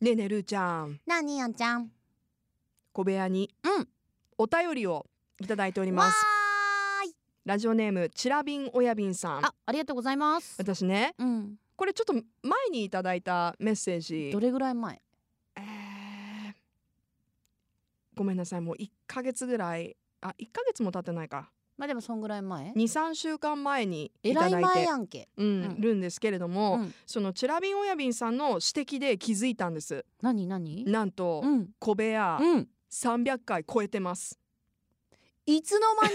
ねえねえるーちゃんなあにやんちゃん小部屋にうんお便りをいただいておりわますーいラジオネームちらびん親びんさんあありがとうございます私ねうんこれちょっと前にいただいたメッセージどれぐらい前えーごめんなさいもう1ヶ月ぐらいあ1ヶ月も経ってないかまあでもそんぐらい前23週間前にえいらたいだい前てやんけうんうんるんですけれども、うんそのちらびん親びんさんの指摘で気づいたんですなになになんと、うん小部屋うん300回超えてますいつの間に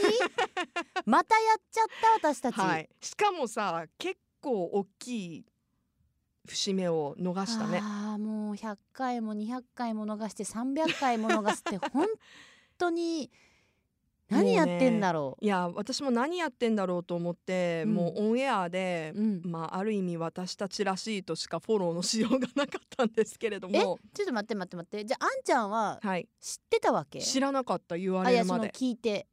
またやっちゃった私たち、はい、しかもさ結構大きい節目を逃したねああもう100回も200回も逃して300回も逃すって本当に何やってんだろういや私も何やってんだろうと思って、うんもうオンエアで、うんまあある意味私たちらしいとしかフォローのしようがなかったんですけれどもちょっと待って待って待ってじゃああんちゃんははい知ってたわけ知らなかった言わあれいやるそまので聞いて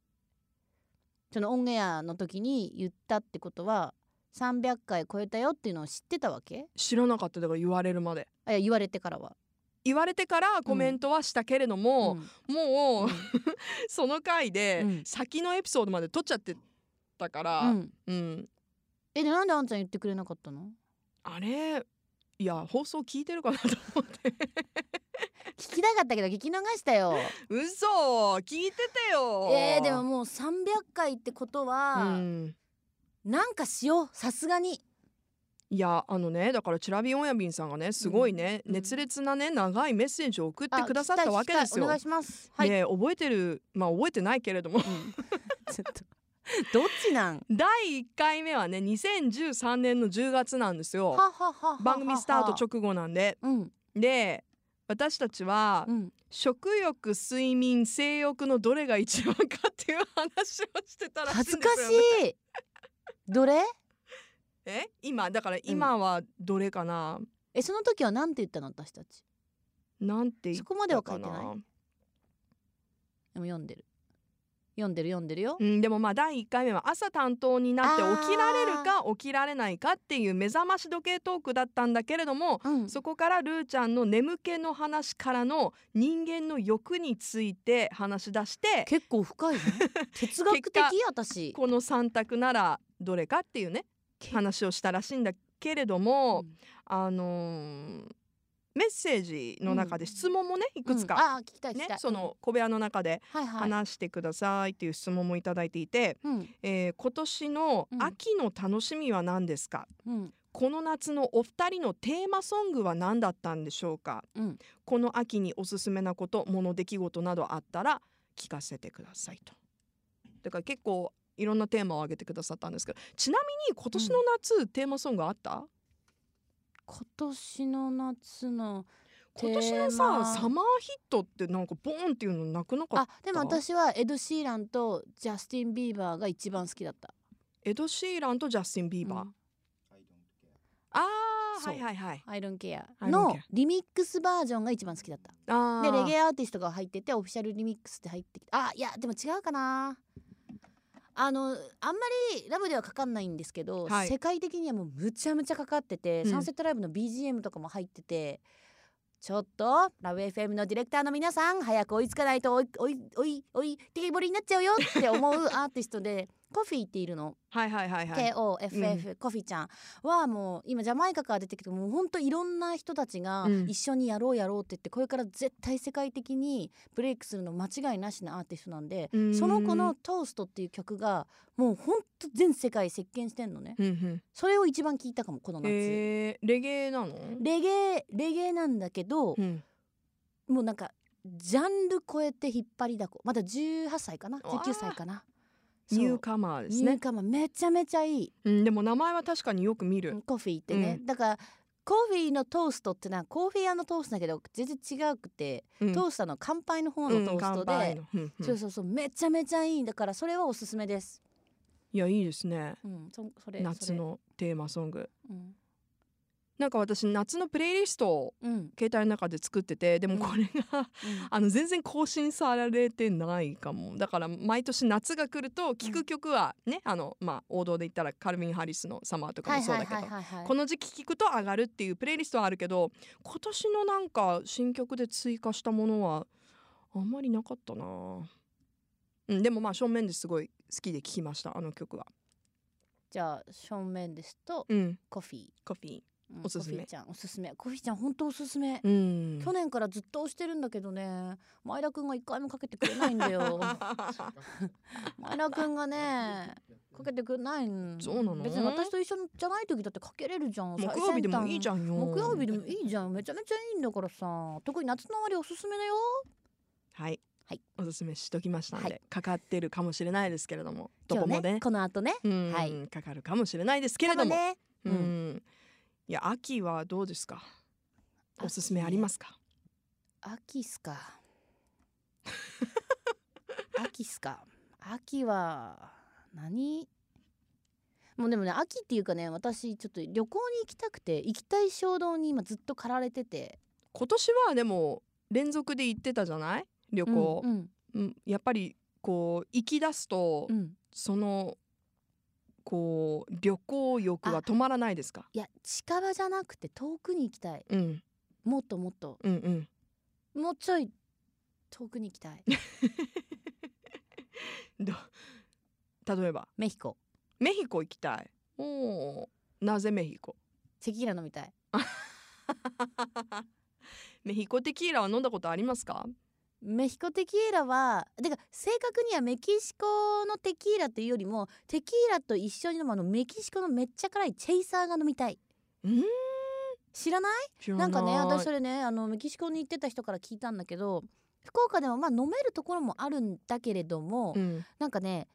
そのオンエアの時に言ったってことは300回超えたよっていうのを知ってたわけ知らなかっただから言われるまであいや言われてからは。言われてからコメントはしたけれども、んもう、うん その回で、うん先のエピソードまで撮っちゃってたから、うんうん、えでなんであんちゃん言ってくれなかったのあれいや放送聞いてるかなと思って聞きたかったけど聞き逃したよ。 嘘聞いててよえー、でももう300回ってことうは、んなんかしようさすがに。いやあのねだからチラビオンヤビンさんがねすごいね、うん熱烈なね長いメッセージを送ってあくださったわけです聞きたい聞きたいおよ願い。します。はい。で覚えてるまあ覚えてないけれども うんちょっとどっちなん第1回目はね2013年の10月なんですよ ははははは番組スタート直後なんでうんで私たちはうん食欲睡眠性欲のどれが一番かっていう話をしてたらしいんで恥すよずねかしいどれえ今だから今はどれかな、えその時はなんて言ったの私たちなんて言そこまではった書かいてないなでも読んでる読んでる読んでるようんでもまあ第1回目は朝担当になってあー起きられるか起きられないかっていう目覚まし時計トークだったんだけれどもうんそこからルーちゃんの眠気の話からの人間の欲について話し出して結構深 いね哲学結的果私この3択ならどれかっていうねけ話をしたらしいんだけれども、あのーメッセージの中で質問もね、いくつうんか、あー聞きたい聞きねたいその小部屋の中でうんはいはい話してくださいっていう質問もいただいていて、うんえー今年のうん秋の楽しみは何ですか、うんこの夏のお二人のテーマソングは何だったんでしょうか、うんこの秋におすすめなこと物出来事などあったら聞かせてくださいとだから結構いろんなテーマを挙げてくださったんですけどちなみに今年の夏、テーマソングあった今年の夏の今年のテーマさサマーヒットってなんかボーンっていうのなくなかっあたでも私はエド・シーランとジャスティン・ビーバーが一番好きだったエド・シーランとジャスティン・ビーバー、うんあーそうはいはいはいアイロンケア I don't の care リミックスバージョンが一番好きだったあでレゲエエアーティストが入っててオフィシャルリミックスで入ってきてあいやでも違うかなあのあんまりラブではかかんないんですけど、はい世界的にはもうむちゃむちゃかかってて、うんサンセットライブの BGM とかも入っててちょっとラブ FM のディレクターの皆さん早く追いつかないとおいおいおいおいテキボリになっちゃうよって思うアーティストでコフィーっているのはいはいはいはい KOFF、コフィちゃんはもう今ジャマイカから出てきてもうほんといろんな人たちがうん一緒にやろうやろうって言ってこれから絶対世界的にブレイクするの間違いなしなアーティストなんでうーんその子の「トーストっていう曲がもうほんと全世界席巻してんのねうんうんそれを一番聞いたかもこの夏、えーレゲエなのレゲエレゲエなんだけどうんもうなんかジャンル超えて引っ張りだこまだ18歳かなわあ19歳かなそうニューカマーですニューね、カマーめちゃめちゃいいうん、でも名前は確かによく見る、コフィーってね、うだからコフィーのトーストってのはコーヒー屋のトーストだけど全然違くて、うんトースターの乾杯の方のトーストうん乾杯で、のうんうんそうそうそうめちゃめちゃいいんだからそれはおすすめです、いやいいですねうん、そそれ夏のテーマソングそれ、うんなんか私夏のプレイリストをうんうん携帯の中で作っててでもこれがあの全然更新されてないかもだから毎年夏が来ると聴く曲はね、あのまあ王道で言ったらカルビン・ハリスの「サマー」とかはいもそうだはいけどはいはいはいこの時期聴くと上がるっていうプレイリストはあるけど今年のなんか新曲で追加したものはあんまりなかったな、うん、でもまあ正面ですごい好きで聴きましたあの曲は。じゃあ正面ですとうん、コフィーコピうんおすすめコフィーちゃんおすすめコフィーちゃん本当おすすめーうん去年からずっと押してるんだけどね前田くんが一回もかけてくれないん だよ前田くんがねかけてくれないんそうなの別に私と一緒じゃない時だってかけれるじゃん木曜日でもいいじゃんゃんよ木曜日でもいいじゃんめちゃめちゃいいんだからさ特に夏の終わりおすすめだよはい、はいおすすめしときましたんで、はかかってるかもしれないですけれどもど今こ日もねねこの後ねうん、はいかかるかもしれないですけれ多ど分も、ねう、うんんいや秋はどうですかおすすめありますか秋っすか 秋っすか秋は何もうでもね秋っていうかね私ちょっと旅行に行きたくて行きたい衝動に今ずっと駆られてて今年はでも連続で行ってたじゃない旅行、うんうんうんやっぱりこう行き出すと、うんそのこう旅行欲が止まらないですかいや近場じゃなくて遠くに行きたいうんもっともっとうんうんもうちょい遠くに行きたいど例えばメヒコメヒコ行きたいおーなぜメヒコセキーラ飲みたい メヒコテキーラは飲んだことありますかメヒコテキーラはてか正確にはメキシコのテキーラというよりもテキーラと一緒に飲むあのメキシコのめっちゃ辛いチェイサーが飲みたいうん知らない知らなんかね私いそれねあのメキシコに行ってた人から聞いたんだけど福岡でもまあ飲めるところもあるんだけれども、うんなんかね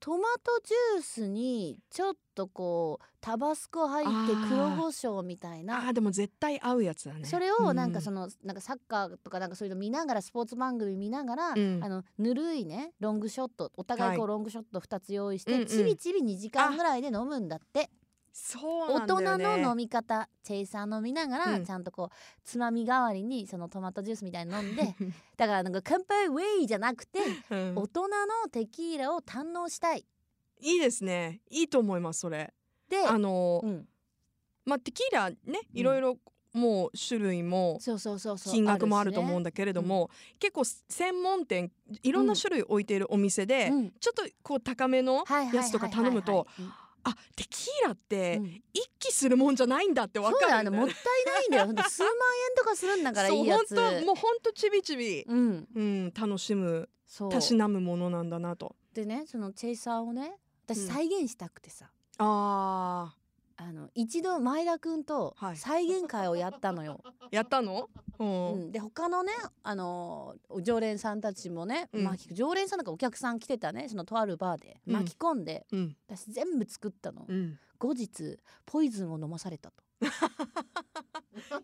トマトジュースにちょっとこうタバスコ入ってあー黒胡椒みたいあなーでも絶対合うやつだねそれをなんかその、のなんかサッカーとかなんかそういうの見ながらスポーツ番組見ながら、うんあのぬるいねロングショットお互いこうロングショット2つ用意しうんうてんちびちび2時間ぐらいで飲むんだってそう大なんだよ、人ね、の飲み方チェイサー飲みながらうんちゃんとこうつまみ代わりにそのトマトジュースみたいに飲んでだからなんか乾杯ウェイじゃなくてうん大人のテキーラを堪能したいいいですねいいと思いますそれであの、うんまあテキーラねいろいろもう種類もそうそうそうそう金額もあると思うんだだけれども、結構専門店いろんな種類置いているお店で、ちょっとこう高めのやつとか頼むとあテキーラって一気するもんじゃないんだってわそうかだるよねんだよもっねたいないんだ よほんと数万円とかするんだからいいやそつう本当もう本当ちびちび、うんうん、楽しむそうたしなむものなんだなとでねそのチェイサーをねうん私再現したくてさ、ああの一度前田くんとはい再現会をやったのよ、ーやったの、 うんうん、で他のねあのー常連さんたちもね、うん巻き常連さんなんかお客さん来てたねそのとあるバーでうん巻き込んで、うん私全部作ったの、うん、後日ポイズンを飲まされたと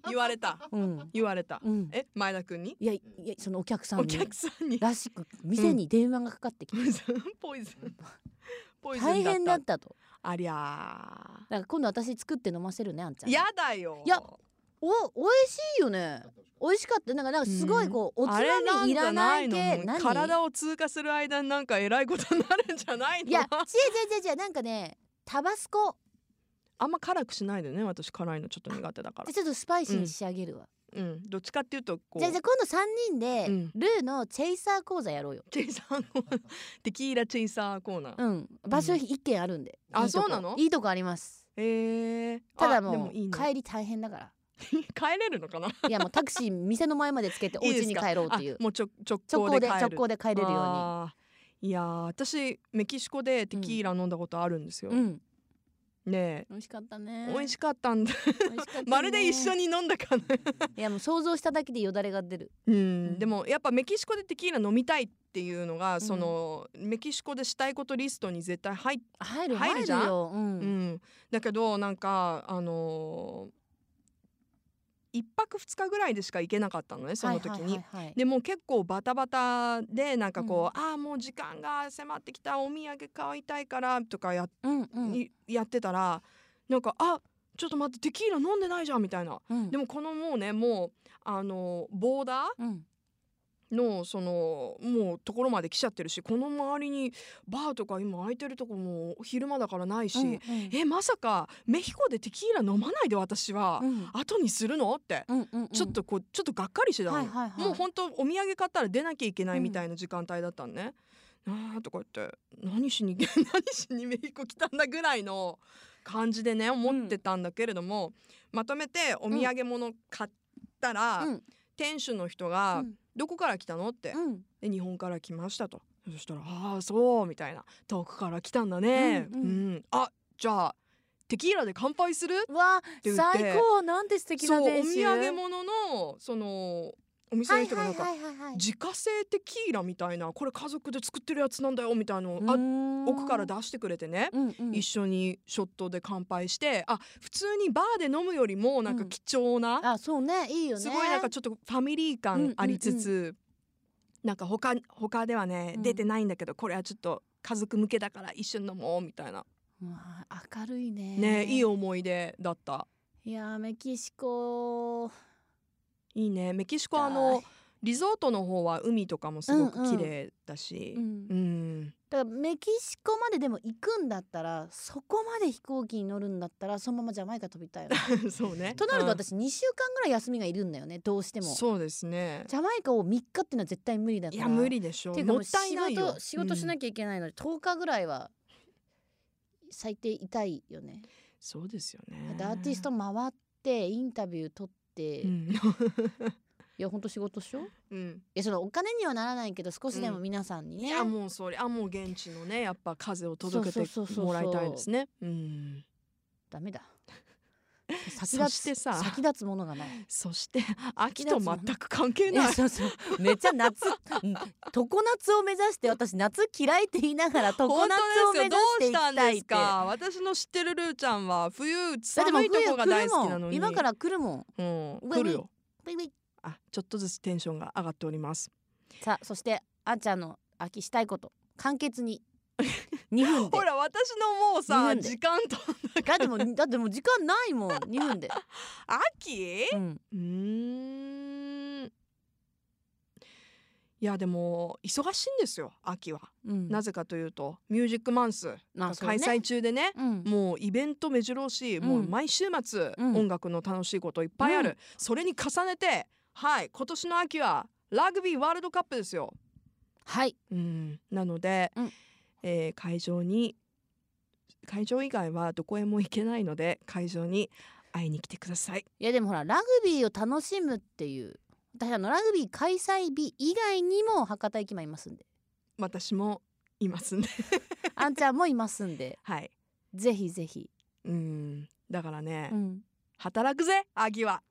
言われたうん、言われたうん、え前田君にいやいやそのお客さおんに客さん にらしく店に電話がかかってきて、ポイズンポイズンポイズンだった大変だったとありゃだから今度私作って飲ませるねあんちゃーんやだよいやお美味しいよね美味しかったなんかなんかすごいこう、おつあれまみいらないん系じゃないの体を通過する間になんかえらいことになるんじゃないのいや違う違う違う違うなんかねタバスコあんま辛くしないでね私辛いのちょっと苦手だからでちょっとスパイシーに仕上げるわ、うんどっちかっていうとこうじゃあじゃあ今度三人で、うんルーのチェイサー講座やろうよチェイサーコー ナーテキーラチェイサーコーナー、うん場所一軒あるんで、あいいとこそうなのいいとこありますえー、ただあでもうもいい、ね、帰り大変だから帰れるのかないやもうタクシー店の前までつ けてお いいで家すにか帰ろうっていうあもうちょ直直行で行で帰る直行で帰れるよあーいやー私メキシコでテキーラ飲んだことあるんですよ、うにうんね美味しかったねえ美味しかったんだ美味しかったねまるで一緒に飲んだかのよいやもう想像しただけでよだれが出るううんんでもやっぱメキシコでテキーラ飲みたいっていうのが、んそのメキシコでしたいことリストに絶対入って、入る入入るるじゃんよ、ううんんだけどなんかあのー一泊二日ぐらいでしか行けなかったのねその時に。はいはいはいはいでもう結構バタバタでなんかこう、ああもう時間が迫ってきたお土産買いたいからとかやっうんうんいやってたらなんかあちょっと待ってテキーラ飲んでないじゃんみたいなうんでもこのもうねもうあのボーダーうんのそのもうところまで来ちゃってるしこの周りにバーとか今空いてるとこも昼間だからないし、うんうんえまさかメヒコでテキーラ飲まないで私はうん後にするのって、うんうんうんちょっとこうちょっとがっかりしてたの、はいはいはいもう本当お土産買ったら出なきゃいけないみたいな時間帯だったのね。あーとか言って何しに 何しにメヒコ来たんだぐらいの感じでね思ってたんだけれども、まとめてお土産物買ったら、うん店主の人うがん「どこから来たの?」ってうんで日本から来ましたとそしたら「ああそう」みたいな「遠くから来たんだね」ううんん、うんあじゃあテキーラで乾杯するうわ言って最高なんて素敵そなうお練習土産物のそのお店の人がなんか、はいはいはいはい自家製テキーラみたいなこれ家族で作ってるやつなんだよみたいなのを、あ奥から出してくれてね、うんうん一緒にショットで乾杯してあ普通にバーで飲むよりもなんか貴重な、あそうねいいよねすごいなんかちょっとファミリー感ありつつ、うなんか他他ではね、うん出てないんだけどこれはちょっと家族向けだから一緒に飲もうみたいなうわ明るいねね、いい思い出だったいやーメキシコいいねメキシコはあ行のきリゾートの方は海とかもすごく綺麗だたしいうんうだんからメキシコまででも行くんだったらそこまで飛行機に乗るんだったらそのままジャマイカ飛びたい よねそうねとなると私2週間ぐらい休みがいるんだよねどうしてうんもそうですねジャマイカを3日ってのは絶対無理だかいらや無理でしょっていううかももうっ仕たいないよ事仕事しなきゃ、きゃいけないので、10日ぐらいは最低痛いよね。うんそうですよねだってアーティスト回ってインタビュー取って、ういん、 やほんと仕事っしょいうんやそのお金にはならないけど少しでもう皆さんにいね、やもうそれあもう現地のねやっぱ風を届けそうそうそうてそうもらいたいですね。うん。ダメだ先そ立してつさ先立つものがない。そして秋と全く関係いなやい。そうそうめっちゃ夏うん常夏を目指して私夏嫌いって言いながら常夏本を当目ですよ指どしうていしきたたいんでってすか私の知ってるルーちゃんは冬だってもう寒いと冬こが来大る好きもなのんに今から来るもんうん上に来るよビビあちょっとずつテンションが上がっておりますさあそしてあんちゃんの秋したいこと簡潔に2分で ほら私のもう見るさんで時間とだってもうだってもう時間ないもん2分で、秋うん、うーんいやでも忙しいんですよ秋は、うんなぜかというとミュージックマンスまあがそうね開催中でねうんもうイベント目白押し、うんもう毎週末、うん音楽の楽しいこといっぱいある、うそれに重ねてはい今年の秋はラグビーワールドカップですよ。はいうん、なので、うんえー会場に会場以外はどこへも行けないので会場に会いに来てください。いやでもほらラグビーを楽しむっていう私あのラグビー開催日以外にも博多駅前いますんで私もいますんであんちゃんもいますんではいぜひぜひ、うんだからね、うん、働くぜ秋は